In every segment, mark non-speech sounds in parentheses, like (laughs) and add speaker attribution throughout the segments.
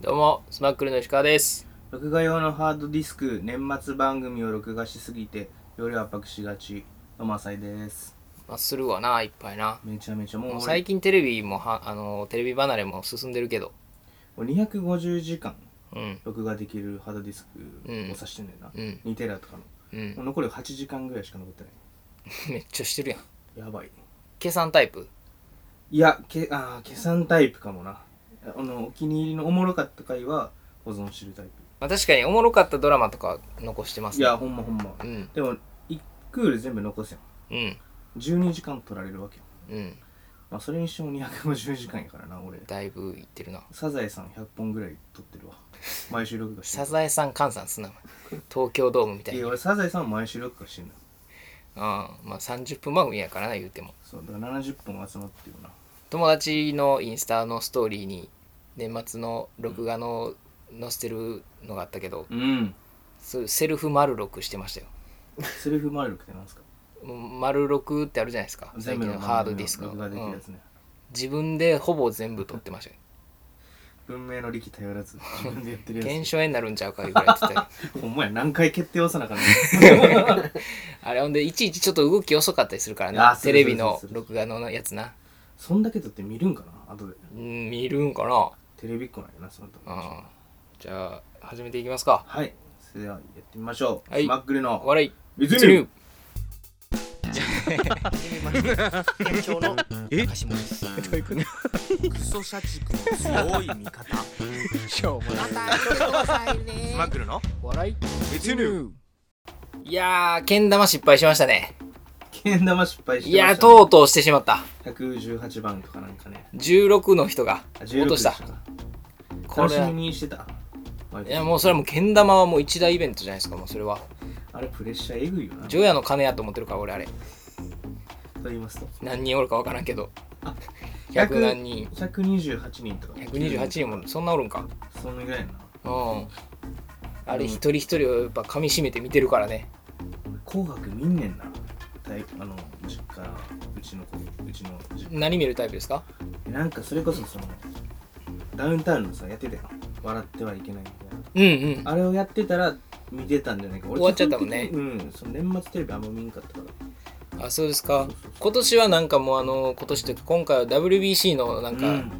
Speaker 1: どうも、スマックルの石川です。
Speaker 2: 録画用のハードディスク年末番組を録画しすぎて夜圧迫しがちのマサイです
Speaker 1: まあ、するわな、いっぱいな。
Speaker 2: めちゃめちゃもう
Speaker 1: もう
Speaker 2: 俺
Speaker 1: 最近テレビもは、あの、テレビ離れも進んでるけど。
Speaker 2: 俺250時間
Speaker 1: うん。
Speaker 2: 録画できるハードディスクを
Speaker 1: うん
Speaker 2: 指してんねんな、
Speaker 1: うん。
Speaker 2: 2テラとかの
Speaker 1: う。
Speaker 2: もうん残り8時間ぐらいしか残って
Speaker 1: (laughs)
Speaker 2: な
Speaker 1: めっちゃしてるやん。
Speaker 2: いやばい
Speaker 1: 計算タイプ
Speaker 2: いやけあー計算タイプかもなあのお気に入りのおもろかった回は保存してるタイ
Speaker 1: まあ、確かにおもろかったドラマとか残してま
Speaker 2: プ
Speaker 1: す
Speaker 2: いやほんまほんま、
Speaker 1: うん。
Speaker 2: でも1クール全部残すやん
Speaker 1: うん。
Speaker 2: 12時間取られるわけよ
Speaker 1: うん。
Speaker 2: まあそれにしても250時間やからな俺
Speaker 1: だいぶいってるな。
Speaker 2: サザエさん100本ぐらい撮って
Speaker 1: (laughs)
Speaker 2: るわ。毎週録画して
Speaker 1: サ
Speaker 2: る。
Speaker 1: ザエさん換算すな。お前東京ドームみたい
Speaker 2: い
Speaker 1: に。
Speaker 2: や
Speaker 1: うん。
Speaker 2: 俺サザエさん毎週録画してるんだ。
Speaker 1: まあ、30分番組やからな、言うても。
Speaker 2: そう、だから70本集まってるな。
Speaker 1: 友達のインスタのストーリーに、年末の録画の載せてるのがあったけど、
Speaker 2: うん。
Speaker 1: そういうセルフ丸録してましたよ。
Speaker 2: セルフマイルってなんですか
Speaker 1: 丸6ってあるじゃないですか最近のハードディスクの
Speaker 2: 録画できるやつ
Speaker 1: うん
Speaker 2: ね。
Speaker 1: 自分でほぼ全部取ってましたよ
Speaker 2: 文明の力頼
Speaker 1: (laughs)
Speaker 2: らず、自分でやってるや
Speaker 1: 検
Speaker 2: つ。
Speaker 1: 証絵になるんちゃうかいうぐらいやって
Speaker 2: (laughs)
Speaker 1: たよ
Speaker 2: ほんまや、何回決定押さな
Speaker 1: (laughs)
Speaker 2: かっ
Speaker 1: あれほんでいちいちちょっと動き遅かったりするから
Speaker 2: あー
Speaker 1: な
Speaker 2: す
Speaker 1: テ
Speaker 2: る
Speaker 1: レビの
Speaker 2: するする
Speaker 1: 録画のやつな
Speaker 2: そんだけ撮って見るんかな後で。
Speaker 1: うん見るんかな
Speaker 2: テレビっ子なんやな、その時。
Speaker 1: うん
Speaker 2: は
Speaker 1: じゃあ始めていきますか
Speaker 2: い。それではやってみましょう。
Speaker 1: はい
Speaker 2: スマックルの
Speaker 1: 笑い
Speaker 2: 水
Speaker 1: 注入
Speaker 2: にクソ社畜の強い味方。スマックルの
Speaker 1: 笑い
Speaker 2: 別に
Speaker 1: いやーけん玉失敗しましたね
Speaker 2: けん玉失敗して
Speaker 1: い
Speaker 2: ました、
Speaker 1: やー
Speaker 2: ね。
Speaker 1: とうとうしてしまった
Speaker 2: 118番とかなんかね。
Speaker 1: 16の人が
Speaker 2: あ
Speaker 1: 落とした
Speaker 2: 16でか
Speaker 1: こ
Speaker 2: 楽
Speaker 1: れ
Speaker 2: し
Speaker 1: は
Speaker 2: みにしてた。
Speaker 1: いやもうそれはもうけん玉はもう一大イベントじゃないですかもうそれは
Speaker 2: あれプレッシャーえぐいよな。
Speaker 1: 除夜の鐘やと思ってるから俺あれ
Speaker 2: と言いますと。
Speaker 1: 何人おるか分からんけど (laughs)
Speaker 2: あ
Speaker 1: 100何人
Speaker 2: 128人とか。
Speaker 1: 128人もそんなおるんか
Speaker 2: そんなぐらいやな。
Speaker 1: うんあれ一人一人をやっぱ噛み締めて見てるからね
Speaker 2: 俺紅白見んねんな。大あの、実家、うちの子、うちの実
Speaker 1: 何見るタイプですか
Speaker 2: 家。なんかそれこそその、ダウンタウンのさ、やってたよ。笑ってはいけないみたい
Speaker 1: うんうん
Speaker 2: な。あれをやってたら見てたんじゃないか。俺
Speaker 1: 終わっちゃったもんね
Speaker 2: 基本的にうん。その年末テレビあんま見んかったから。
Speaker 1: あそうですか今年はなんかもうあの今年というか今回は WBC のなん
Speaker 2: う
Speaker 1: か
Speaker 2: ん。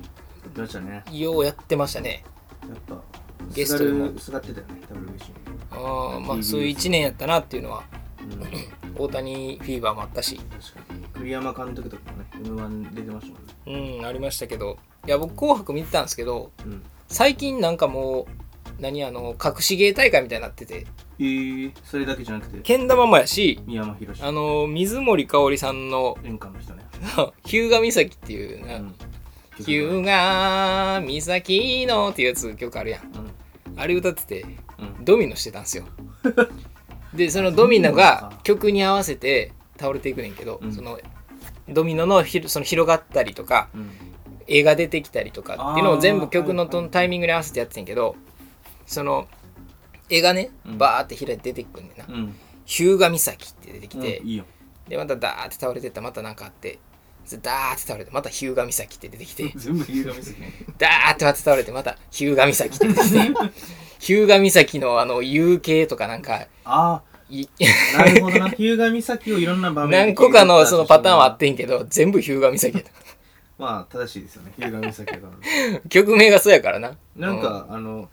Speaker 2: どうしたね。
Speaker 1: ようやってましたね
Speaker 2: やっぱ
Speaker 1: ゲストでも
Speaker 2: すがるすがってたよね WBC
Speaker 1: あまあそういう1年やったなっていうのは
Speaker 2: うん確
Speaker 1: 大谷フィーバーもあったし
Speaker 2: かに栗山監督とかもね M1 出てましたもんね
Speaker 1: うんありましたけどいや僕「紅白」見てたんですけど
Speaker 2: うん
Speaker 1: 最近なんかもう何あの隠し芸大会みたいになってて
Speaker 2: えー、それだけじゃなくて
Speaker 1: けん玉もやし
Speaker 2: 三山ひろし
Speaker 1: あの水森かおりさんの (laughs)
Speaker 2: 演歌の人ね
Speaker 1: 「日向岬」っていうな
Speaker 2: うん
Speaker 1: 「日向岬の」っていうやつ曲あるやん
Speaker 2: うん
Speaker 1: あれ歌ってて
Speaker 2: うん
Speaker 1: ドミノしてたんすよでそのドミノ
Speaker 2: ドミノ
Speaker 1: が
Speaker 2: か
Speaker 1: 曲に合わせて倒れていくねんけど、
Speaker 2: うん
Speaker 1: そのドミノのひろその広がったりとか
Speaker 2: うん
Speaker 1: 絵が出てきたりとかっていうのを全
Speaker 2: あ
Speaker 1: 部
Speaker 2: ー
Speaker 1: 曲の
Speaker 2: はいはい
Speaker 1: とタイミングに合わせてやってんけどその絵がね
Speaker 2: うん
Speaker 1: バーって開いて出てくんねんな
Speaker 2: うん
Speaker 1: 日向岬って出てきて、
Speaker 2: うんい
Speaker 1: (laughs)
Speaker 2: いよ
Speaker 1: でまたダーって倒れてったまたなんかあってそダーって倒れてまた日向岬って出てきて
Speaker 2: 全部夕見すぎね
Speaker 1: ダーってまた倒れてまた日向岬って出てき
Speaker 2: (laughs)
Speaker 1: て日向岬のあの夕景とかなんか
Speaker 2: あ
Speaker 1: い
Speaker 2: あなるほどな日向岬をいろんな場面で
Speaker 1: (laughs) 何個かのそのパターンはあってんけど全部日向岬やっ
Speaker 2: まあ正しいですよね日向岬は多分
Speaker 1: た曲名がそうやからな
Speaker 2: な、
Speaker 1: なん
Speaker 2: か、あの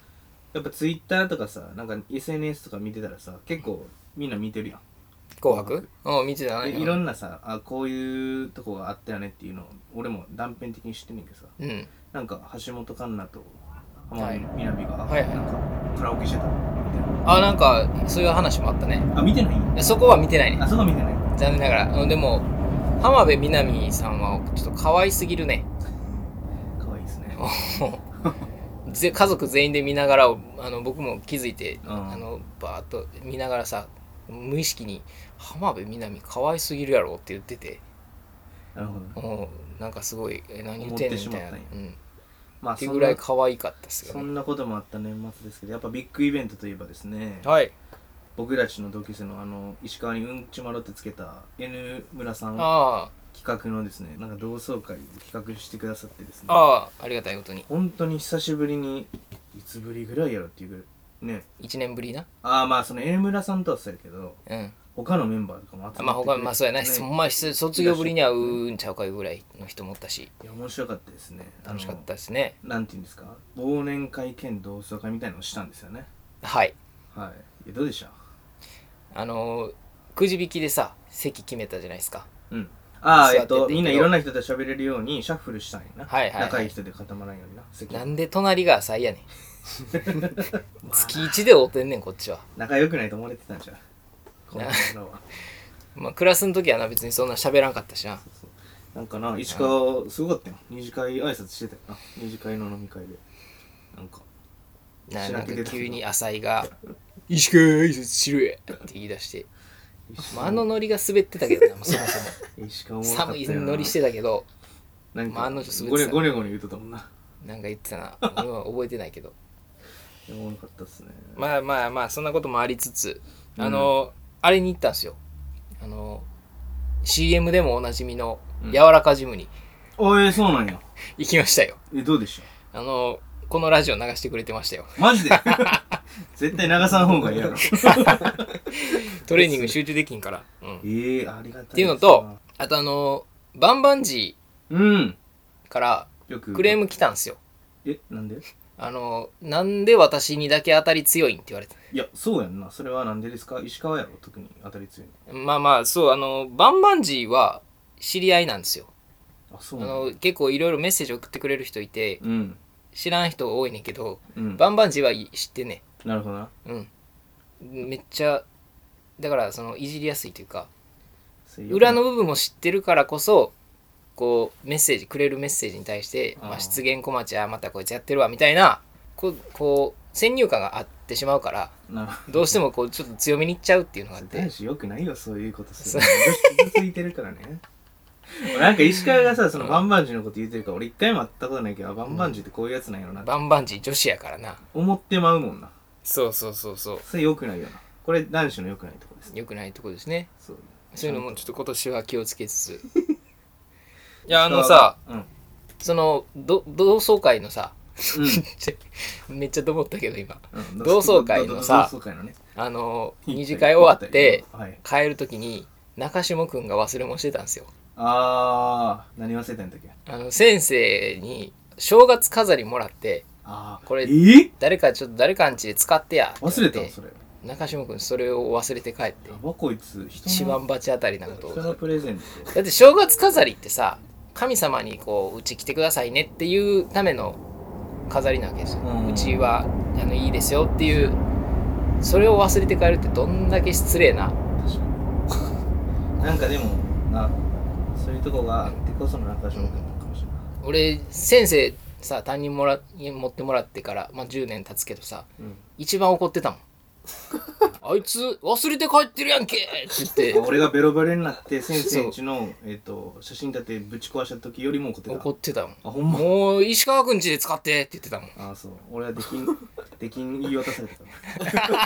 Speaker 2: やっぱツイッターとかさなんか SNS とか見てたらさ結構みんな見てるやん
Speaker 1: うん紅白うん見てたな
Speaker 2: でいろんなさあこういうとこがあったよねっていうのを俺も断片的に知ってんねんけどさ
Speaker 1: うん
Speaker 2: なんか橋本環奈と浜
Speaker 1: はい
Speaker 2: 辺美波が、
Speaker 1: はいはい
Speaker 2: なんかカラオケしてたみたい
Speaker 1: あなんかそういう話もあったね
Speaker 2: なあ見てない
Speaker 1: そこは見てないね
Speaker 2: あそこは見てない
Speaker 1: 残念ながらうんでも浜辺美波さんはちょっと可愛すぎるね
Speaker 2: 可愛いですね
Speaker 1: ぜ家族全員で見ながらをあの僕も気づいて、
Speaker 2: うん
Speaker 1: あのバーッと見ながらさ無意識に「浜辺美波可愛すぎるやろ」って言ってて
Speaker 2: なるほどね
Speaker 1: もうなんかすごい「え何言ってんの?」みたいな
Speaker 2: 思ってしまった
Speaker 1: うんん、
Speaker 2: まあ
Speaker 1: ってい
Speaker 2: そう
Speaker 1: ぐ
Speaker 2: ん
Speaker 1: ら
Speaker 2: ない
Speaker 1: 可愛かったっすよ
Speaker 2: そ
Speaker 1: ね
Speaker 2: んなこともあった年末ですけどやっぱビッグイベントといえばですね
Speaker 1: はい
Speaker 2: 僕たちの同級生のあの石川にうんちまろってつけた N 村さん企
Speaker 1: あ
Speaker 2: 画のですねなんか同窓会を企画してくださってですね
Speaker 1: あああありがたいことに
Speaker 2: 本当に久しぶりにいつつぶりぐらいやろっていうぐらいね
Speaker 1: 1年ぶりな
Speaker 2: ああまあその A 村さんとはそうやけど
Speaker 1: うん
Speaker 2: 他のメンバーとかも集まって
Speaker 1: まあ他まあそうやな、
Speaker 2: ね
Speaker 1: ほんまし卒業ぶりに会うんちゃうかいうぐらいの人もおったし
Speaker 2: いや面白かったですね
Speaker 1: 楽しかっ
Speaker 2: あ
Speaker 1: たですね
Speaker 2: のなんていうんですか忘年会兼同窓会みたいなのをしたんですよね
Speaker 1: はい
Speaker 2: はいいやどうでした
Speaker 1: あのーくじ引きでさ席決めたじゃないですか
Speaker 2: うんああ
Speaker 1: 座
Speaker 2: え
Speaker 1: っ
Speaker 2: って
Speaker 1: ていいけど
Speaker 2: とみんないろんな人と喋れるようにシャッフルしたんやな、
Speaker 1: はいはいはい
Speaker 2: 仲いい人で固まらんようにな席
Speaker 1: なんで隣が浅い
Speaker 2: (laughs)
Speaker 1: やねん月1で会うてんねんこっちは
Speaker 2: 仲良くないと思われてたんじゃんこの頃は
Speaker 1: まあクラスの時はな別にそんな喋らんかったしな
Speaker 2: なんかな石川すごかったよ二次会挨拶してたよな二次会の飲み会でなんか
Speaker 1: な
Speaker 2: 知ら
Speaker 1: なんん
Speaker 2: けど
Speaker 1: か急に浅井が「石川挨拶しろや!」って言い出して、まあ、あのノリが滑ってたけどなもうそもそも
Speaker 2: 石 (laughs) 川おもろかった
Speaker 1: 寒い
Speaker 2: よな
Speaker 1: ノリしてたけど
Speaker 2: なん
Speaker 1: まあ
Speaker 2: か
Speaker 1: 案の定滑ってた
Speaker 2: ゴレゴレゴレ言うとったもんな
Speaker 1: なんか言ってたな俺は覚えてないけど
Speaker 2: いやおもろかったっすね
Speaker 1: まあまあまあそんなこともありつつ
Speaker 2: うん
Speaker 1: あの、あれに行ったんですよあの CM でもおなじみの
Speaker 2: うん
Speaker 1: 柔らかジムに
Speaker 2: おえそうなんや
Speaker 1: 行きましたよ、
Speaker 2: えどうでしょ
Speaker 1: あのこのラジオ流してくれてましたよ
Speaker 2: うマ (laughs) ジで絶対長さんの方がいい (laughs) やろ
Speaker 1: トレーニング集中できんから、うん、っ
Speaker 2: ええありがたいって
Speaker 1: いうのとあとあのバンバンジ
Speaker 2: うん
Speaker 1: ーから
Speaker 2: よく
Speaker 1: クレー
Speaker 2: ム
Speaker 1: ム来たんですよ
Speaker 2: えなんで
Speaker 1: あのなんで私にだけ当たり強いんって言われて
Speaker 2: いやそうやんなそれはなんでですか石川やろ特に当たり強い
Speaker 1: まあまあそうあのバンバンジーは知り合いなんですよ
Speaker 2: のあそ
Speaker 1: あ
Speaker 2: うなんや
Speaker 1: の結構いろいろメッセージ送ってくれる人いて
Speaker 2: うん
Speaker 1: 知らん人多いねんけど
Speaker 2: うん
Speaker 1: バンバンジーは知ってんね
Speaker 2: なるほどな
Speaker 1: うんめっちゃだからそのいじりやすいというか
Speaker 2: それよく
Speaker 1: 裏の部分も知ってるからこそこうメッセージくれるメッセージに対して「
Speaker 2: あー
Speaker 1: まあ、失言小町あまたこいつやってるわ」みたいなこうこう先入観があってしまうから
Speaker 2: (laughs) なる
Speaker 1: どうしてもこうちょっと強めにいっちゃうっていうのがあっ
Speaker 2: 男
Speaker 1: て
Speaker 2: 子よくないよそういうことするの女子傷ついてるから (laughs) ねなんか石川がさそのバンバンジーのこと言ってるから俺一回も会ったことないけどあバンバンジーってこういうやつなんやろなって
Speaker 1: バンバンジー女子やからな
Speaker 2: 思ってまうもんな
Speaker 1: そうそうそうそう
Speaker 2: それよくないよなこれ男子のよくないとこですね
Speaker 1: 良くないとこですね
Speaker 2: そう
Speaker 1: そういうのもちょっと今年は気をつけつついやあのさ
Speaker 2: うん、うん、
Speaker 1: そのど同窓会のさ (laughs) めっちゃと思ったけど今
Speaker 2: う
Speaker 1: (laughs)
Speaker 2: ん
Speaker 1: 同窓会のさ
Speaker 2: 同窓会のね
Speaker 1: あの二次会終わって
Speaker 2: はい
Speaker 1: 帰る時に中島くんが忘れ物してたんですよ
Speaker 2: あー何忘れたんだっけ
Speaker 1: あの先生に正月飾りもらって
Speaker 2: ああ
Speaker 1: これ
Speaker 2: えー
Speaker 1: 誰かちょっと誰かんちで使ってやって
Speaker 2: 忘
Speaker 1: 言
Speaker 2: れ
Speaker 1: わ
Speaker 2: たの
Speaker 1: て
Speaker 2: それや
Speaker 1: 中島くんそれを忘れて帰って
Speaker 2: ばこいつ人の
Speaker 1: 一番鉢あたりなことを
Speaker 2: 人のプレゼント
Speaker 1: だって正月飾りってさ神様にこううち来てくださいねっていうための飾りなわけですよ、
Speaker 2: う
Speaker 1: うんちはあのいいですよっていうそれを忘れて帰るってどんだけ失礼な
Speaker 2: 確かになんかでもなそういうとこがあってこその中島君なのかもしれない
Speaker 1: 俺先生さ担任もら持ってもらってから、まあ、10年経つけどさ一番怒ってたもんあいつ忘れて帰ってるやんけって言っ
Speaker 2: まあ
Speaker 1: て
Speaker 2: 俺がベロベロになって先生んちの、えっと写真立てぶち壊した時よりも怒ってた
Speaker 1: 怒ってたもん
Speaker 2: あほんま
Speaker 1: もう石川くんちで使ってって言ってたもん
Speaker 2: ああそう俺はできんできん言い渡されてた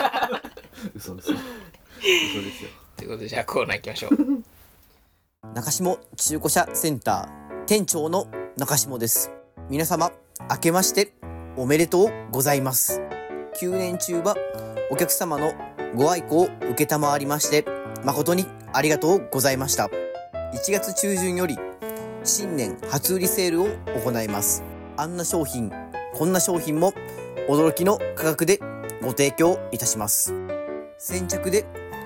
Speaker 2: 嘘嘘嘘ですよ
Speaker 1: ということでじゃあコーナー行きましょう
Speaker 3: 中下中古車センター店長の中下です皆様明けましておめでとうございます9年中はお客様のご愛顧を承りまして誠にありがとうございました1月中旬より新年初売りセールを行いますあんな商品こんな商品も驚きの価格でご提供いたします先着で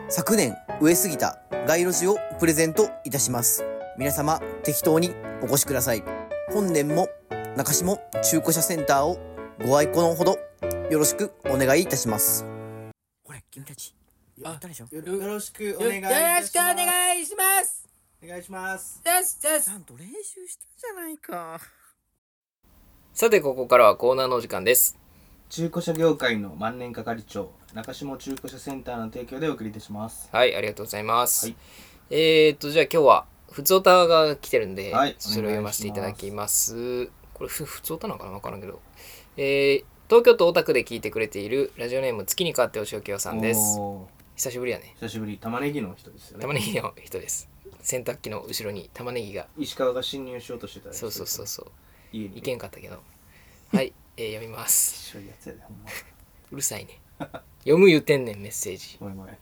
Speaker 3: 昨年植えすぎた街路樹をプレゼントいたします皆様適当にお越しください本年も中下中古車センターをご愛顧のほどよろしくお願いいたしますほら君たちやったでしょ
Speaker 2: よよろしくお願いいたします
Speaker 1: いします
Speaker 2: お願いします
Speaker 1: ですです
Speaker 3: んと練習したじゃないか
Speaker 1: さてここからはコーナーのお時間です
Speaker 2: 中古車業界の万年係長中島中古車センターの提供でお送りいたします
Speaker 1: はいありがとうございます、
Speaker 2: はい
Speaker 1: えー、っとじゃあ今日は普通歌が来てるんで、
Speaker 2: はい
Speaker 1: それを読ませていただきますこれふ普通歌なのかな分からんけどえー、東京都大田区で聞いてくれているラジオネーム月に変わってお仕置きよさんです
Speaker 2: おー
Speaker 1: 久しぶりやね
Speaker 2: 久しぶり玉ねぎの人ですよね
Speaker 1: 玉ねぎの人です洗濯機の後ろに玉ねぎが
Speaker 2: 石川が侵入しようとしてたやつ
Speaker 1: そうそうそうそう
Speaker 2: 家に
Speaker 1: いけんかったけどはいえー読みます
Speaker 2: 一緒にやつやでほんま
Speaker 1: うるさいね読む言うてんねんメッセージ
Speaker 2: ごめんごめん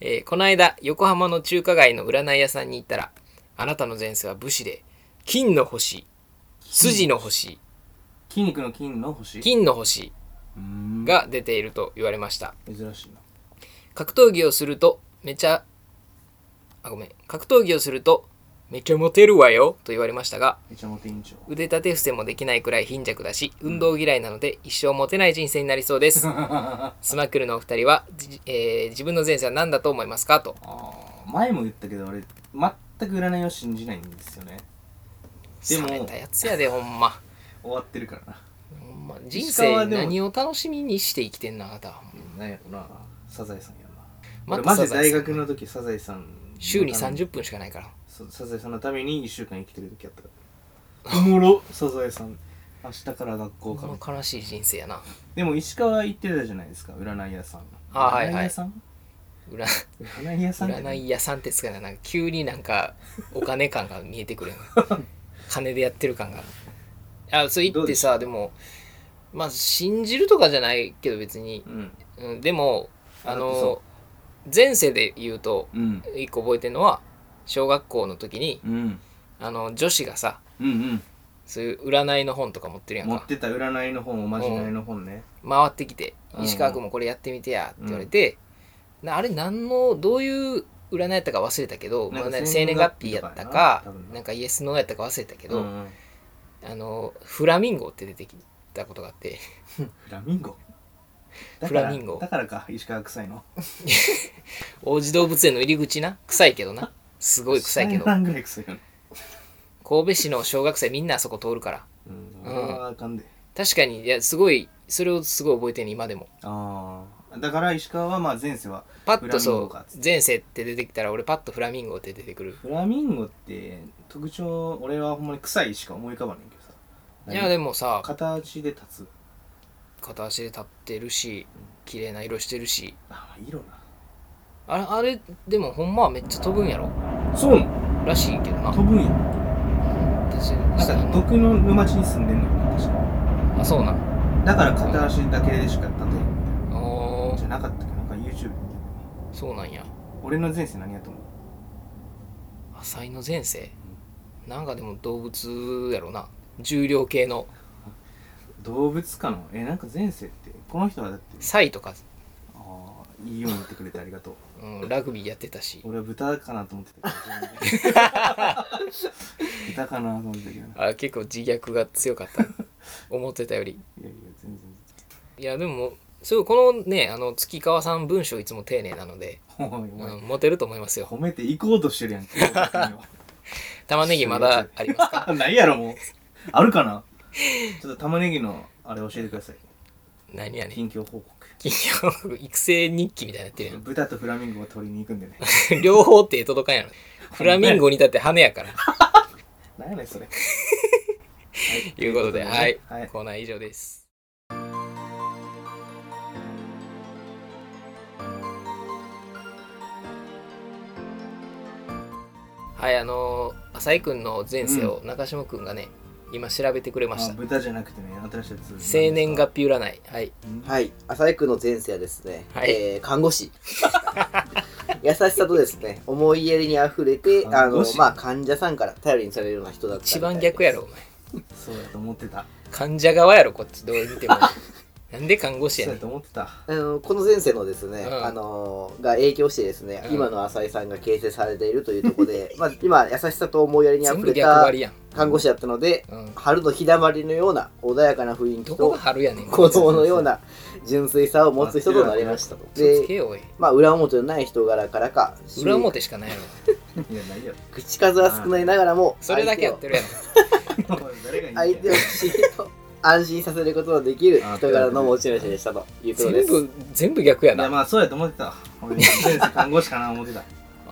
Speaker 1: えーこの間横浜の中華街の占い屋さんに行ったらあなたの前世は武士で金の星筋の星
Speaker 2: 筋肉の筋の星
Speaker 1: 金の星
Speaker 2: うーん
Speaker 1: が出ていると言われました
Speaker 2: 珍しいな
Speaker 1: 格闘技をするとめちゃあごめん格闘技をするとめちゃモテるわよと言われましたが
Speaker 2: めちゃモテ委員長
Speaker 1: 腕立て伏せもできないくらい貧弱だし運動嫌いなので一生モテない人生になりそう
Speaker 2: (laughs)
Speaker 1: ですスマックルのお二人は、じえー自分の前世は何だと思いますかと
Speaker 2: あー前も言ったけど俺全く占いを信じないんですよねでも
Speaker 1: 冷めたやつやでほんま
Speaker 2: 終わってるからな
Speaker 1: ほんま人
Speaker 2: 石
Speaker 1: 生
Speaker 2: 川でも
Speaker 1: 何を楽しみにして生きてんなあなたは
Speaker 2: なんやろなサザエさんやな
Speaker 1: ま
Speaker 2: 俺
Speaker 1: た
Speaker 2: マジ
Speaker 1: サ
Speaker 2: で
Speaker 1: ザエ
Speaker 2: 大
Speaker 1: さん
Speaker 2: 学の時サザエさん
Speaker 1: 週に
Speaker 2: のため
Speaker 1: 30分しかないから
Speaker 2: そうサザエさんのために1週間生きてる時あったからおもろサザエさん明日から学校か
Speaker 1: ほ
Speaker 2: みた
Speaker 1: ん
Speaker 2: いな
Speaker 1: ま悲しい人生や
Speaker 2: (laughs)
Speaker 1: な
Speaker 2: でも石川行ってたじゃないですか占い屋さん
Speaker 1: あはいはい
Speaker 2: 占い屋さん
Speaker 1: 占
Speaker 2: 占い屋さんって
Speaker 1: 占い屋さんってつかないなんか急になんかお金感が見えて
Speaker 2: (laughs)
Speaker 1: くるよね金でやってる感があそう言ってさでもまあ信じるとかじゃないけど別に
Speaker 2: う、ん
Speaker 1: うん、でも
Speaker 2: あ
Speaker 1: あ
Speaker 2: だってそ
Speaker 1: の前世で言うと
Speaker 2: うん
Speaker 1: 一個覚えてるのは小学校の時に
Speaker 2: うん
Speaker 1: あの女子がさ
Speaker 2: うん
Speaker 1: そういう占いの本とか持ってる
Speaker 2: う
Speaker 1: や
Speaker 2: ん
Speaker 1: ん
Speaker 2: 持
Speaker 1: か
Speaker 2: ってた占いの本おまじないの本ね
Speaker 1: 回ってきて
Speaker 2: う
Speaker 1: 「
Speaker 2: ん
Speaker 1: 石川君もこれやってみてや」って言われて、なあれ何のどういう占いやったか忘れたけど
Speaker 2: なん
Speaker 1: ま
Speaker 2: か
Speaker 1: あね
Speaker 2: 生
Speaker 1: 生年
Speaker 2: 年月
Speaker 1: 月日
Speaker 2: 日と
Speaker 1: や
Speaker 2: かやな
Speaker 1: ったか
Speaker 2: 多分な
Speaker 1: なんかイエスノーやったか忘れたけど、
Speaker 2: うんうん
Speaker 1: あのフラミンゴって出てきたことがあって (laughs)
Speaker 2: フラミンゴだ
Speaker 1: フ
Speaker 2: から
Speaker 1: ラミンゴ
Speaker 2: だからか石川臭いの
Speaker 1: 王子動物園の入り口な臭いけどなすごい臭いけど
Speaker 2: 3ぐらい臭いよね
Speaker 1: 神戸市の小学生みんなあそこ通るから
Speaker 2: うん
Speaker 1: うん
Speaker 2: あーあかんで
Speaker 1: 確かにいやすごいそれをすごい覚えてるね今でも
Speaker 2: ああだから石川はまあ前世は
Speaker 1: パッと
Speaker 2: フラミン
Speaker 1: そ
Speaker 2: ゴ
Speaker 1: う
Speaker 2: かっつって
Speaker 1: 前世って出てきたら俺パッとフラミンゴって出てくる
Speaker 2: フラミンゴって特徴俺はほんまに臭いしか思い浮かばないけどさ
Speaker 1: いやでもさ
Speaker 2: 片足で立つ
Speaker 1: 片足で立ってるし綺麗な色してるし
Speaker 2: ああ色な
Speaker 1: あれあれでもほんまはめっちゃ飛ぶんやろ
Speaker 2: そうなの
Speaker 1: らしいけどな
Speaker 2: 飛ぶんや
Speaker 1: 私
Speaker 2: なん
Speaker 1: あ
Speaker 2: か
Speaker 1: の
Speaker 2: 毒の沼地に住んでんのよ確か
Speaker 1: あそうなん
Speaker 2: だから片足だけでしか立てない
Speaker 1: あ
Speaker 2: じゃなかったっけなんか YouTube みたいな
Speaker 1: ーそうなんや
Speaker 2: 俺の前世何やと思う
Speaker 1: 浅井の前世なんかでも動物やろな重量系の
Speaker 2: 動物かなえなんか前世ってこの人はだって
Speaker 1: サイとか、
Speaker 2: ああいいように言ってくれてありがとう
Speaker 1: うん、ラグビーやってたし
Speaker 2: 俺は豚かなと思ってたけど豚かなと思ってたけどない
Speaker 1: あ結構自虐が強かった
Speaker 2: (laughs)
Speaker 1: 思ってたより
Speaker 2: やいや全然
Speaker 1: いやでもすごいこのねあの月川さん文章いつも丁寧なので、
Speaker 2: おいお
Speaker 1: う
Speaker 2: い
Speaker 1: ん、モテると思いますよ
Speaker 2: 褒めていこうとしてるやんけ
Speaker 1: (laughs) 玉ねぎまだあり
Speaker 2: (laughs)
Speaker 1: ますか
Speaker 2: ないやろもうあるかなちょっと玉ねぎのあれ教えてください
Speaker 1: 何やねん
Speaker 2: 近況報告
Speaker 1: 金曜育成日記みたいになってるや
Speaker 2: 豚とフラミンゴを取りに行くんでね
Speaker 1: ん (laughs) 両方手届かんやろフラミンゴにだって羽やから
Speaker 2: 何やねんそれ
Speaker 1: と (laughs) いうことで、
Speaker 2: と
Speaker 1: はい
Speaker 2: いう、ことでねはい
Speaker 1: コーナー以上です。はい、あのー浅井君の前世を中島君がね、今調べてくれまし
Speaker 2: あ
Speaker 1: た。
Speaker 2: 豚じゃなくてね新しいやつ
Speaker 1: 生年月日占い。はい。
Speaker 3: はい、浅井君の前世はですね、
Speaker 1: はい
Speaker 3: えー看護師。 (laughs) 優しさとですね、思いやりにあふれて、あ
Speaker 2: 看護
Speaker 3: の
Speaker 2: 師、
Speaker 3: まあ、患者さんから頼りにされるような人だった
Speaker 1: 一
Speaker 3: みたいです
Speaker 1: 番逆やろ、お。前。
Speaker 2: そうやと思ってた
Speaker 1: 患者側やろ、こっちどう見て
Speaker 3: (laughs)
Speaker 1: も。なんで看護師
Speaker 2: そ
Speaker 1: やね
Speaker 2: うや
Speaker 1: ん。
Speaker 2: と思ってた
Speaker 3: あのこの前世のですね、
Speaker 1: うん
Speaker 3: あのが影響してですね、
Speaker 1: うん
Speaker 3: 今の浅井さんが形成されているというところ
Speaker 1: (laughs)
Speaker 3: で、まあ、今優しさと思いやりにあ
Speaker 1: 全
Speaker 3: ふ
Speaker 1: 部
Speaker 3: れ
Speaker 1: 逆
Speaker 3: た
Speaker 1: 張りやん。
Speaker 3: 看護師だったので、
Speaker 1: うん。
Speaker 3: 春の日だまりのような穏やかな雰囲気
Speaker 1: どことが春やねん。
Speaker 3: 子供のような純粋さを持つ人となりましたと。
Speaker 1: 嘘つけ
Speaker 3: で、
Speaker 1: よ、おい。
Speaker 3: まあ、裏表のない人柄からか、
Speaker 1: 裏表しかないやろ。
Speaker 2: いやないよ
Speaker 3: 口数は少ないながらも
Speaker 1: それだけやってるやん。
Speaker 2: 誰が言っ
Speaker 3: 相手を相手を不思議と安心させることのできる
Speaker 2: あ
Speaker 3: 人柄の持ち主でしたということで
Speaker 1: 全
Speaker 3: す
Speaker 1: 部全部逆や
Speaker 2: いや
Speaker 1: な
Speaker 2: まあそうやと思ってた俺先生看護師かな思ってた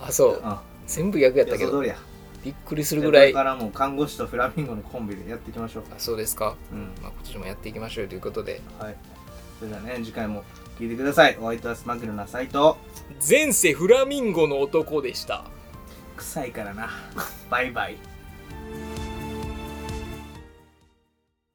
Speaker 1: あそう
Speaker 2: うん
Speaker 1: 全部逆やっ
Speaker 2: 予
Speaker 1: たけ
Speaker 2: 想
Speaker 1: ど
Speaker 2: 通りや
Speaker 1: びっくりするぐらい
Speaker 2: これ
Speaker 1: あ
Speaker 2: からもう看護師とフラミンゴのコンビでやっていきましょう
Speaker 1: そうですか、
Speaker 2: うん
Speaker 1: まあ、今年もやっていきましょうということで
Speaker 2: はいそれではね次回も聞いてくださいお相手はスマッグルなサイト
Speaker 1: 前世フラミンゴの男でした
Speaker 2: 臭いからなバイバイ